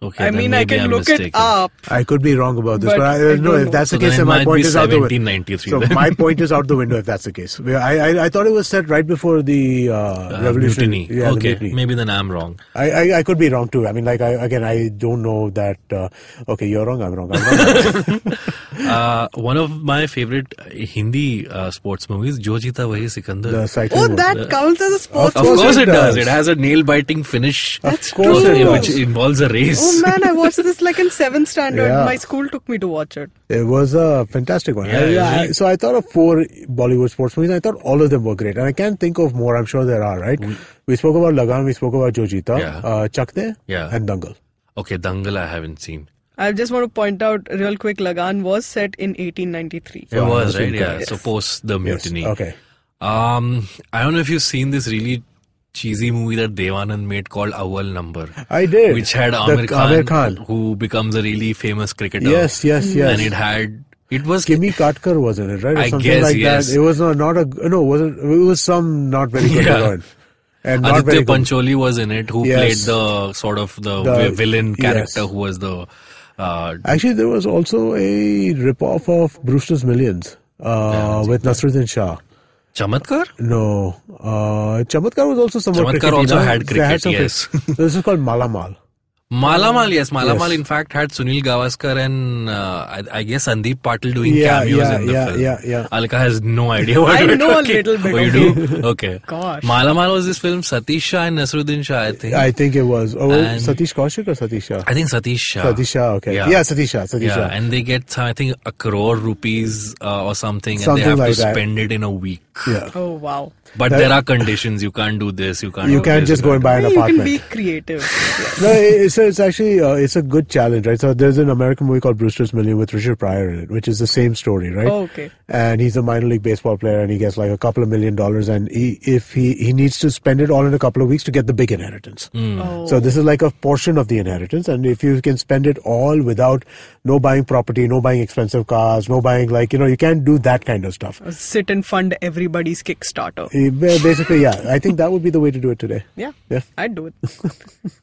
S2: Okay.
S4: I
S2: then
S4: mean, I
S2: maybe
S4: can
S2: I'm
S4: look
S2: mistaken.
S4: it up.
S3: I could be wrong about this, but,
S4: But
S3: I, uh,
S4: I don't
S3: no. If
S4: know.
S3: that's the
S2: So
S3: case,
S2: then it
S3: then my
S2: might
S3: point
S2: be
S3: is out the window.
S2: 1793.
S3: So
S2: then.
S3: my point is out the window if that's the case. We- I I, I thought it was set right before the uh,
S2: Uh,
S3: revolution.
S2: mutiny.
S3: Yeah, the
S2: okay,
S3: mutiny.
S2: maybe then I'm wrong.
S3: I, I I could be wrong too. I mean, like I again, I don't know that. Uh, okay, you're wrong. I'm wrong. I'm wrong.
S2: Uh, one of my favorite uh, Hindi uh, sports movies, Jo Jeeta Wahi Sikandar.
S3: the cycling.
S4: Oh,
S3: one.
S4: that counts as a sports
S2: of
S3: course
S2: course,
S4: movie.
S3: it
S2: it does.
S3: does.
S2: It has a nail-biting finish,
S3: That's course
S2: uh,
S3: it
S2: which
S3: does.
S2: involves a race.
S4: Oh man, I watched this like in seventh standard.
S3: Yeah.
S4: My school took me to watch it.
S3: It was a fantastic one.
S2: Yeah,
S3: I-
S2: it was
S3: I-
S2: really-
S3: so I thought of four Bollywood sports movies. I thought all of them were great, and I can't think of more. I'm sure there are. Right? We, spoke about Lagan. We spoke about Jojita,
S2: Mm. Yeah.
S3: uh, Chakde,
S2: Yeah.
S3: and Dangal.
S2: Okay, Dangal I haven't seen.
S4: I just want to point out real quick Lagan was set in 1893.
S2: it
S3: I
S2: was
S3: haven't
S2: right,
S3: seen
S2: yeah.
S3: Correct.
S2: So post the
S3: Yes.
S2: mutiny.
S3: Okay.
S2: Um, I don't know if you've seen this really cheesy movie that Devanand made called Awal Number,
S3: I did.
S2: which had
S3: The
S2: Amir Khan,
S3: Aamir Khan.
S2: who becomes a really famous cricketer.
S3: Yes, yes, yes.
S2: And it had it was
S3: Kimmy Katkar was in it, right? Or
S2: I
S3: something
S2: guess,
S3: like
S2: yes.
S3: that. It was not, not a no. It wasn't it was some not very good
S2: Yeah.
S3: heroine. and not
S2: Aditya
S3: very good.
S2: Pancholi was in it, who
S3: Yes.
S2: played the sort of the,
S3: The-
S2: vi- villain character,
S3: yes.
S2: who was the uh,
S3: Actually, there was also a rip-off of Brewster's Millions uh, with Nasruddin Shah.
S2: Chamatkar.
S3: No, uh, Chamatkar was also somewhat.
S2: Chamatkar
S3: crickety,
S2: also
S3: no?
S2: had
S3: They
S2: cricket,
S3: some
S2: yes.
S3: cricket. this is called Malamal.
S2: Malamal, yes, Malamal.
S3: Yes.
S2: In fact, had Sunil Gavaskar and uh, I, I guess Sandeep Patil doing
S3: Yeah,
S2: cameos
S3: yeah,
S2: in the
S3: yeah,
S2: film.
S3: yeah, yeah.
S2: Alka has no idea what
S4: I
S2: we're
S4: know a
S2: talking-
S4: little bit
S2: Oh, you
S4: of
S2: do? Okay.
S4: Gosh.
S2: Malamal was this film Satish Shah and Nasruddin Shah, I think.
S3: I think it was. Oh,
S2: And-
S3: Satish Kaushik or Satish Shah?
S2: I think Satish Shah.
S3: Satish Shah. Okay.
S2: Yeah.
S3: Yeah, Satish Shah. Satish
S2: Yeah,
S3: Shah.
S2: and they get some- I think a crore rupees uh, or something,
S3: Something
S2: and they have
S3: like
S2: to
S3: that.
S2: spend it in a week.
S3: yeah.
S4: Oh wow.
S2: But
S3: That-
S2: there are conditions. You can't do this. You can't.
S3: You
S2: do
S3: can't
S2: this,
S3: just
S2: you
S3: go
S2: can't
S3: and buy an
S4: Yeah, you can
S3: apartment.
S4: be creative.
S3: no, it- it's it's actually uh, it's a good challenge, right? So there's an American movie called Brewster's Million with Richard Pryor in it, which is the same story, right?
S4: Oh, okay.
S3: And he's a minor league baseball player, and he gets like a couple of million dollars, and he if he he needs to spend it all in a couple of weeks to get the big inheritance.
S2: Hmm.
S4: Oh.
S3: So this is like a portion of the inheritance, and if you can spend it all without no buying property, no buying expensive cars, no buying like you know you can't do that kind of stuff.
S4: Sit and fund everybody's Kickstarter.
S3: Eh, ba- Basically, yeah, I think that would be the way to do it today.
S4: Yeah,
S3: Yeah.
S4: I'd do it.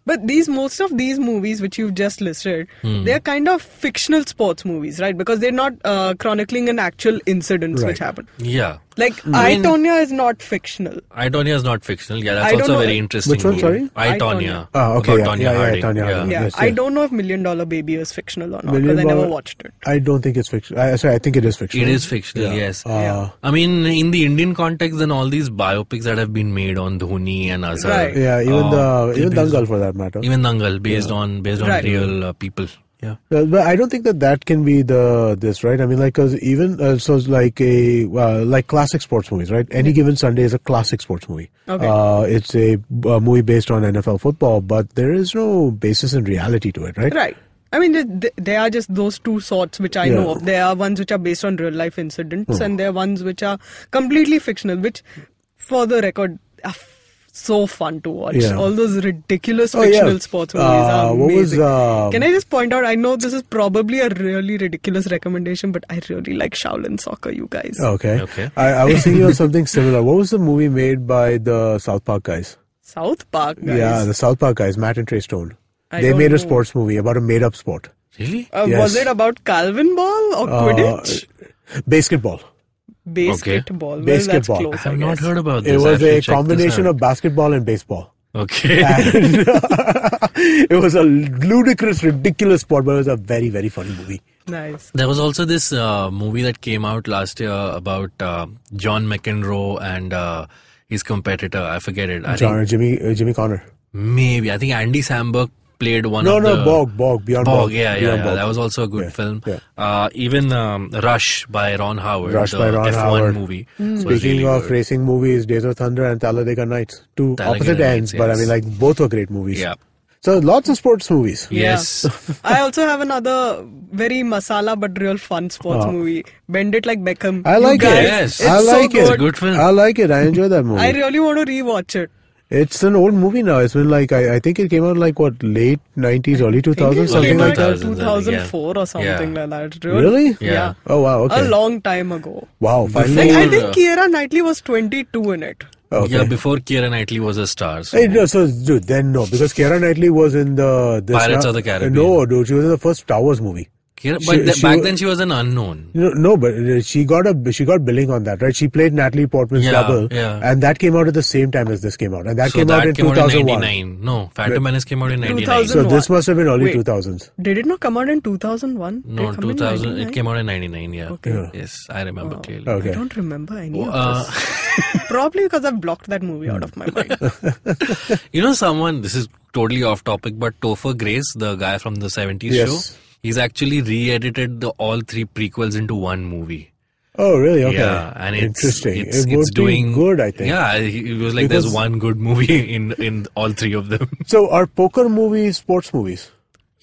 S4: but these most of these movies which you've just listed, they're kind of fictional sports movies, right? Because they're not uh, chronicling an actual incidents which
S3: Right. Hmm.
S4: happened.
S2: do- Yeah,
S4: Like
S2: I mean-
S4: I Tonya is not fictional.
S2: Idonia is not fictional. Yeah, that's
S4: I don't
S2: also a
S4: know-
S2: very interesting.
S3: Which one,
S2: movie.
S3: sorry?
S2: I Tonya.
S4: Itonia.
S3: Ah, okay,
S2: About
S3: yeah,
S2: Tonya
S3: yeah, yeah,
S2: Harding.
S3: Tonya Harding.
S4: Yeah,
S3: yes,
S4: I
S3: yeah.
S4: don't know if Million Dollar Baby was fictional or not
S3: Million
S4: because I never
S3: Dollar-
S4: watched it.
S3: I don't think it's fictional. I, sorry, I think it is fictional.
S2: It is fictional, yes.
S3: Ah.
S4: Yeah.
S2: I mean, in the Indian context, then all these biopics that have been made on Dhoni and Azhar,
S4: Right.
S3: Yeah, even
S2: Uh,
S3: the even Dangal for that matter.
S2: even Nangal, based on based on
S4: Right.
S2: real uh, people. Yeah.
S3: Uh, but I don't think that that can be the this right. I mean, like, cause even uh, so, it's like a uh, like classic sports movies, right? Any given Sunday is a classic sports movie.
S4: Okay.
S3: Uh, it's a, uh movie based on NFL football, but there is no basis in reality to it, right?
S4: Right. I mean, th- th- there are just those two sorts which I know
S3: Yeah. Hmm.
S4: of. There are ones which are based on real life incidents, and there are ones which are completely fictional, which, for the record, are f- so fun to watch.
S3: Yeah.
S4: All those ridiculous
S3: Oh, yeah.
S4: fictional sports movies are
S3: Uh, what was,
S4: amazing.
S3: um,
S4: Can I just point out? I know this is probably a really ridiculous recommendation, but I really like Shaolin Soccer, you guys.
S3: Okay.
S2: Okay.
S3: I, I was thinking of something similar. What was the movie made by the South Park guys?
S4: South Park, guys.
S3: Yeah, the South Park guys, Matt and Trey Stone.
S4: I
S3: they
S4: don't
S3: made a
S4: know.
S3: sports movie about a made-up sport,
S2: Really?
S4: Uh,
S3: Yes. Uh,
S4: Was it about Calvin Ball or Quidditch?
S3: basketball.
S4: Basketball. Well,
S3: Basketball.
S4: That's
S2: I
S4: close,
S2: have not
S4: guess.
S2: heard about this.
S3: It
S2: I
S3: was
S2: have to
S3: a
S2: check this
S3: combination
S2: out.
S3: of basketball and baseball.
S2: Okay.
S3: it was a ludicrous, ridiculous sport, but it was a very, very funny movie.
S4: Nice.
S2: There was also this uh, movie that came out last year about uh, John McEnroe and uh, his competitor. I forget it. I
S3: John,
S2: think
S3: Jimmy, uh, Jimmy Connor.
S2: maybe I think Andy Samberg played one
S3: No,
S2: of
S3: no,
S2: the
S3: Bog, Bog, Beyond
S2: Bog,
S3: Bog.
S2: yeah, yeah,
S3: Beyond
S2: yeah.
S3: Bog.
S2: That was also a good
S3: Yeah,
S2: film.
S3: yeah.
S2: Uh, even um, Rush by Ron Howard,
S3: Rush
S2: the
S3: by Ron
S2: F1
S3: Howard. Mm.
S2: movie. was
S3: Speaking
S2: really
S3: of
S2: good.
S3: racing movies, Days of Thunder and Talladega Nights, two
S2: Talladega
S3: opposite
S2: Nights,
S3: ends, but I
S2: yes.
S3: mean, like both were great movies.
S2: Yeah.
S3: So lots of sports movies.
S2: yes,
S4: I also have another very masala but real fun sports movie. Bend it like Beckham.
S3: I
S4: You
S3: like
S4: guys,
S3: it.
S2: Yes.
S4: It's
S3: I
S4: so
S3: like it.
S2: It's a good film.
S3: I like it. I enjoy that movie.
S4: I really want to rewatch it.
S3: It's an old movie now. It's been like I, I think it came out like what late nineties, early two
S4: think it
S3: thousands,
S4: was
S3: something
S4: came
S3: like
S4: out
S3: that.
S4: in
S2: 2000, yeah.
S4: 2004 or something
S2: Yeah.
S4: like that.
S3: Really?
S2: Yeah.
S3: Oh wow.
S4: A
S3: Okay.
S4: long time ago.
S3: wow.
S4: Like,
S3: Finally.
S2: Before-
S4: I think Kiera Knightley was 22 in it.
S3: Okay.
S2: Yeah, before Keira Knightley was a star. So
S3: Hey, no, so dude, then no, because Keira Knightley was in the this
S2: Pirates of the Caribbean.
S3: No, dude, she was in the first Star Wars movie.
S2: Keira-
S3: She-
S2: but th-
S3: she
S2: back
S3: wa-
S2: then she was an unknown.
S3: No, no, but uh, she got a she got billing on that, right? She played Natalie Portman's
S2: Yeah,
S3: double,
S2: yeah.
S3: and that came out at the same time as this came out, and that
S2: so
S3: came
S2: that
S3: out in
S2: came
S3: two
S2: out in
S3: thousand one.
S2: 99. No, Phantom Menace came out in 99.
S4: 2000.
S3: So this
S4: 2001.
S3: must have been early
S4: Wait.
S3: two thousands.
S4: Did it not come out in 2001? Did
S2: No,
S4: it come in
S2: 2000. It
S4: 99?
S2: came out in 99. Yeah.
S4: Okay. Yeah.
S2: Yes, I remember clearly.
S3: Okay.
S4: I don't remember any
S2: Uh,
S4: of this. Probably because I've blocked that movie out of my mind.
S2: You know, someone, this is totally off topic, but Topher Grace, the guy from the 70s
S3: Yes.
S2: show, he's actually re edited the all three prequels into one movie.
S3: Oh, really? Okay.
S2: Yeah, and it's
S3: interesting.
S2: It's,
S3: it
S2: it's
S3: would
S2: doing
S3: be good, I think.
S2: Yeah, it was like there's
S3: Because-
S2: one good movie in in all three of them.
S3: So are poker movies sports movies?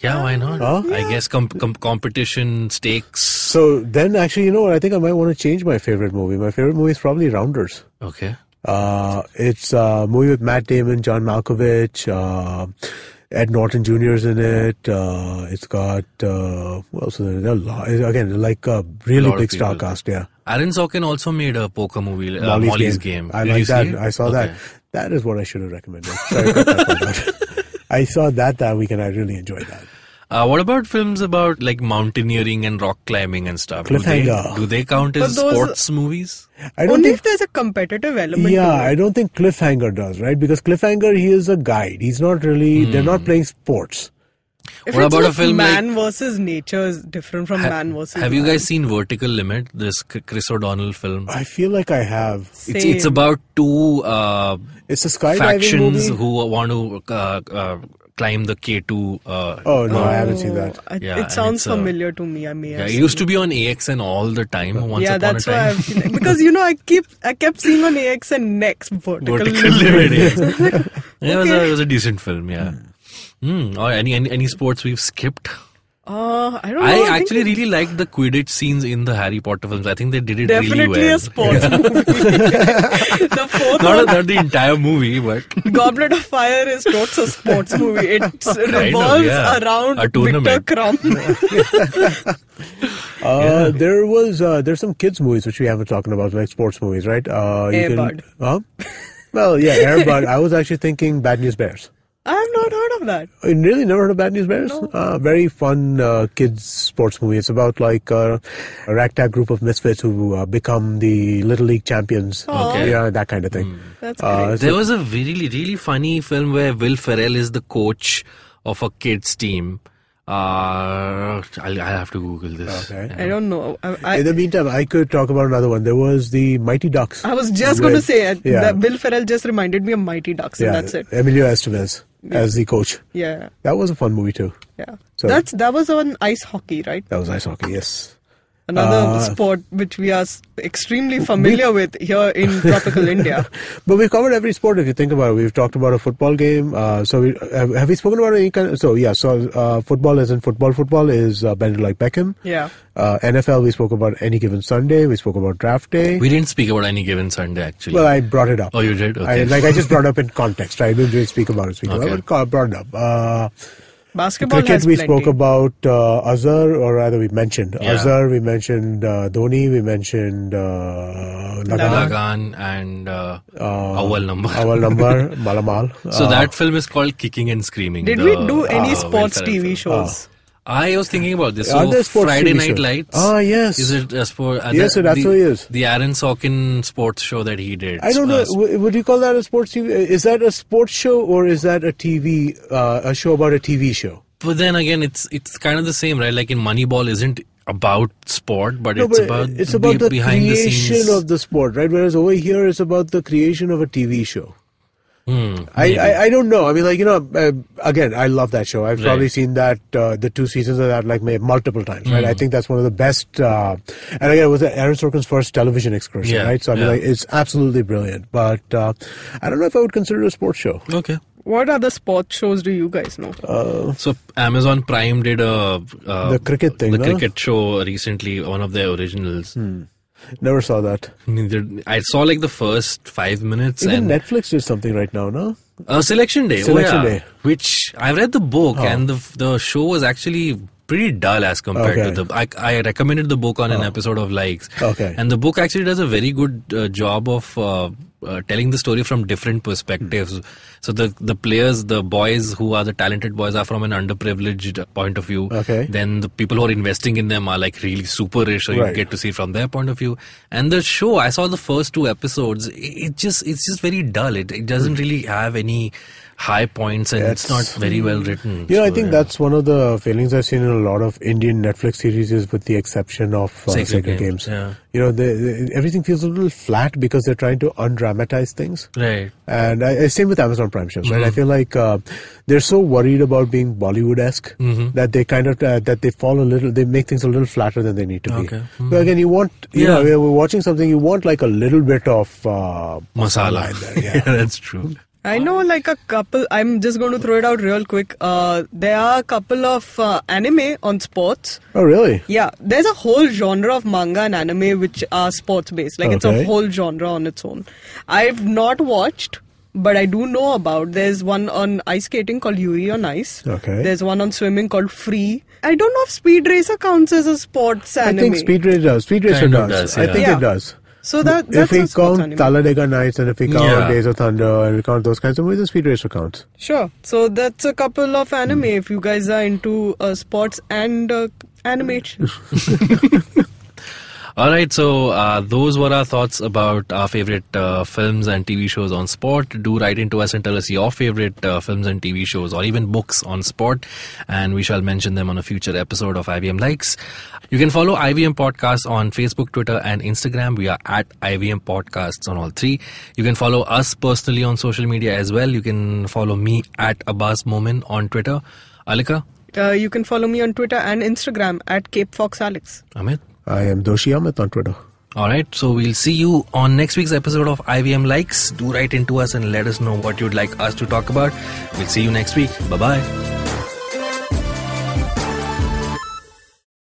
S2: yeah, why not?
S3: Huh?
S2: I guess com- com- competition stakes.
S3: So then, actually, you know what? I think I might want to change my favorite movie. My favorite movie is probably Rounders.
S2: Okay.
S3: Uh, it's a movie with Matt Damon, John Malkovich, uh, Ed Norton Jr. is in it. Uh, it's got uh, what else is in it? There are lo- again like a really
S2: Lot of
S3: big star
S2: people.
S3: cast. Yeah,
S2: Aaron Sorkin also made a poker movie, uh, Molly's, Game.
S3: I
S2: Did you
S3: like
S2: see
S3: that.
S2: it?
S3: I saw
S2: Okay.
S3: that. That is what I should have recommended. Sorry about that one, but I saw that that weekend. I really enjoyed that.
S2: Uh, what about films about like mountaineering and rock climbing and stuff? Do they,
S3: Cliffhanger.
S2: do they count as
S4: But those-
S2: sports movies?
S3: I don't
S4: Only
S3: think
S4: if there's a competitive element.
S3: Yeah,
S4: to it.
S3: I don't think Cliffhanger does, right? Because Cliffhanger, he is a guide. He's not really, they're
S2: Hmm.
S3: not playing sports.
S4: If
S2: What
S4: it's
S2: about a
S4: like
S2: film like-
S4: Man versus Nature is different from Man versus.
S2: Have you
S4: Man.
S2: guys seen Vertical Limit? This C- Chris O'Donnell film.
S3: I feel like I have.
S2: It's, it's
S4: Same.
S2: about two uh,
S3: It's a skydiving
S2: factions
S3: movie.
S2: who want to uh, uh, climb the K2. Uh,
S3: Oh, no, I haven't seen
S4: Oh,
S3: that.
S4: I-
S2: Yeah, and
S4: it sounds
S2: it's a-
S4: familiar to me. I may
S2: yeah,
S4: have
S2: it
S4: seen
S2: used to be on AXN all the time. Once
S4: Oh, yeah,
S2: upon
S4: that's
S2: a
S4: why
S2: time.
S4: I've seen it. because you know I keep I kept seeing on AX and next vertical.
S2: Vertical
S4: Limit.
S2: Limit. yeah. Yeah, it, was a, it was a decent film. Yeah. Hmm. or any, any any sports we've skipped?
S4: Uh, I don't know.
S2: I,
S4: think
S2: actually really liked the Quidditch scenes in the Harry Potter films. I think they did it
S4: definitely
S2: really well.
S4: a sports movie. the fourth
S2: not,
S4: one,
S2: not the entire movie, but
S4: Goblet of Fire, is not a sports movie. It revolves
S2: yeah.
S4: around
S2: A
S4: Victor
S2: tournament.
S4: Crumb. Oh.
S3: Uh, There was, uh, there's some kids' movies which we haven't talked about, like sports movies, right? Uh,
S4: Air
S3: can-
S4: Bud.
S3: Huh? Well, yeah, Airbud. I was actually thinking Bad News Bears.
S4: I have not heard of that.
S3: You really never heard of Bad News Bears? Uh, very fun uh, kids sports movie. It's about like uh, a ragtag group of misfits who uh, become the little league champions.
S2: Okay.
S3: Yeah, that kind of thing.
S4: Hmm. That's
S3: Uh,
S4: great.
S2: there was a really really funny film where Will Ferrell is the coach of a kids team. Uh, I'll, I'll have to Google this.
S3: Okay.
S4: I don't know. I,
S3: In
S4: I,
S3: the meantime, I could talk about another one. There was the Mighty Ducks.
S4: I was just going to
S3: With-
S4: say uh,
S3: yeah.
S4: that Bill Ferrell just reminded me of Mighty Ducks, and that's it.
S3: Emilio Estevez as the coach.
S4: Yeah,
S3: That was a fun movie too.
S4: yeah.
S3: So-
S4: that's that was on ice hockey, right?
S3: That was ice hockey. Yes.
S4: Another
S3: Uh,
S4: sport which we are s- extremely familiar with here in tropical India.
S3: But we've covered every sport if you think about it. We've talked about a football game. Uh, so we, have, have we spoken about any kind? Of, so yeah. So uh, football is in football. Football is uh, bended like Beckham.
S4: Yeah.
S3: Uh, NFL. We spoke about any given Sunday. We spoke about draft day.
S2: We didn't speak about any given Sunday actually.
S3: well, I brought it up.
S2: oh, you did. Okay.
S3: I, like I just brought up in context. I didn't really speak about it. Speak
S2: Okay.
S3: about it. but brought it up. Uh,
S4: Basketball
S3: cricket
S4: has
S3: we
S4: plenty.
S3: spoke about uh, Azhar, or rather we mentioned
S2: Yeah.
S3: Azhar, we mentioned uh, Dhoni, we mentioned uh, Lagan,
S2: Lagan and uh,
S3: uh,
S2: Awal Number.
S3: our number Malamal.
S2: So
S3: Uh,
S2: that film is called Kicking and Screaming.
S4: Did
S2: the,
S4: we do any
S2: uh,
S4: sports
S2: Will Ferrell
S4: TV
S2: film. Oh.
S3: Ah.
S4: shows?
S2: I was thinking about this.
S3: Are
S2: So
S3: there sports
S2: Friday
S3: TV
S2: Night
S3: shows?
S2: Lights.
S3: Ah, yes.
S2: Is it a sport? uh,
S3: Yes,
S2: the,
S3: it absolutely
S2: the-
S3: is.
S2: The Aaron Sorkin sports show that he did.
S3: I don't
S2: uh,
S3: know. w- Would you call that a sports TV? Is that a sports show or is that a TV, uh, a show about a TV show?
S2: But then again, it's it's kind of the same, right? Like in Moneyball, isn't about sport, but it's
S3: but
S2: about
S3: it's about
S2: be-
S3: the
S2: behind the
S3: creation
S2: scenes.
S3: of the sport, right? Whereas over here, it's about the creation of a TV show.
S2: Hmm.
S3: I, I, I don't know. I mean, like, you know, uh, again, I love that show. I've
S2: Right.
S3: probably seen that, uh, the two seasons of that, like, may- multiple times, right?
S2: Hmm.
S3: I think that's one of the best. Uh, and again, it was Aaron Sorkin's first television excursion,
S2: Yeah,
S3: right? So, I mean,
S2: yeah.
S3: like, it's absolutely brilliant. But uh, I don't know if I would consider it a sports show.
S2: Okay.
S4: What other sports shows do you guys know?
S3: Ah.
S2: So Amazon Prime did a uh,
S3: Oh. The cricket thing, Hmm.
S2: the
S3: no?
S2: cricket show recently, one of their originals.
S3: Never saw that.
S2: Neither, I saw like the first five minutes and
S3: Even Netflix did something right now, no?
S2: uh, Selection Day.
S3: Selection
S2: oh, yeah,
S3: Day.
S2: Which I read the book and the the show was actually pretty dull as compared
S3: Okay.
S2: to the. I, I recommended the book on an episode of Likes.
S3: Okay.
S2: And the book actually does a very good uh, job of. Uh, uh, telling the story from different
S3: Hmm.
S2: perspectives, so the the players, the boys who are the talented boys, are from an underprivileged point of view.
S3: Okay.
S2: Then the people who are investing in them are like really super rich, so you
S3: Right.
S2: get to see from their point of view. And the show, I saw the first two episodes. It, it just it's just very dull. It it doesn't really have any high points, and it's,
S3: Hmm. That's-
S2: not very well written.
S3: You know, I
S2: So,
S3: think
S2: yeah.
S3: that's one of the failings I've seen in a lot of Indian Netflix series, is with the exception of uh,
S2: Sacred
S3: Sacred,
S2: Games,
S3: Games.
S2: yeah.
S3: You know, they, they- everything feels a little flat because they're trying to undramatize things.
S2: right.
S3: And I, I- same with Amazon Prime shows,
S2: Mm-hmm.
S3: right? I feel like uh, they're so worried about being Bollywood esque
S2: Mm-hmm.
S3: that they kind of uh, that they fall a little, they make things a little flatter than they need to
S2: Okay. Mm-hmm.
S3: be. So again, you want, you
S2: Yeah.
S3: know, when we're watching something, you want like a little bit of uh,
S2: Masala.
S3: in there, yeah.
S2: that's true.
S4: I know like a couple, I'm just going to throw it out real quick. Uh, there are a couple of uh, anime on sports.
S3: oh, really?
S4: Yeah, there's a whole genre of manga and anime which are sports based. Like it's a
S3: Okay.
S4: whole genre on its own. I've not watched, but I do know about. There's one on ice skating called Yuri on Ice.
S3: Okay.
S4: There's one on swimming called Free. I don't know if Speed Racer counts as a sports anime.
S3: I think Speed Racer does. Speed Racer
S2: Kind of
S3: does.
S2: does,
S3: I
S2: yeah.
S3: think
S4: Yeah.
S3: it does.
S4: So that
S3: if
S4: that's
S3: we
S4: a sports
S3: count
S4: anime.
S3: Talladega Nights and if we count
S2: Yeah.
S3: Days of Thunder and we count those kinds of movies, the Speed Racer counts.
S4: Sure. So that's a couple of anime
S3: Hmm.
S4: if you guys are into uh, sports and uh, animation.
S2: All right, so uh, those were our thoughts about our favorite uh, films and TV shows on sport. Do write into us and tell us your favorite uh, films and TV shows or even books on sport, and we shall mention them on a future episode of IVM Likes. You can follow IVM Podcasts on Facebook, Twitter, and Instagram. We are at IVM Podcasts on all three. You can follow us personally on social media as well. You can follow me at Abbas Momin on Twitter. Alika,
S4: uh, you can follow me on Twitter and Instagram at Cape Fox Alex.
S2: Amit.
S3: I am Doshi Amit on Twitter.
S2: All right, so we'll see you on next week's episode of IVM Likes. Do write into us and let us know what you'd like us to talk about. We'll see you next week. Bye bye.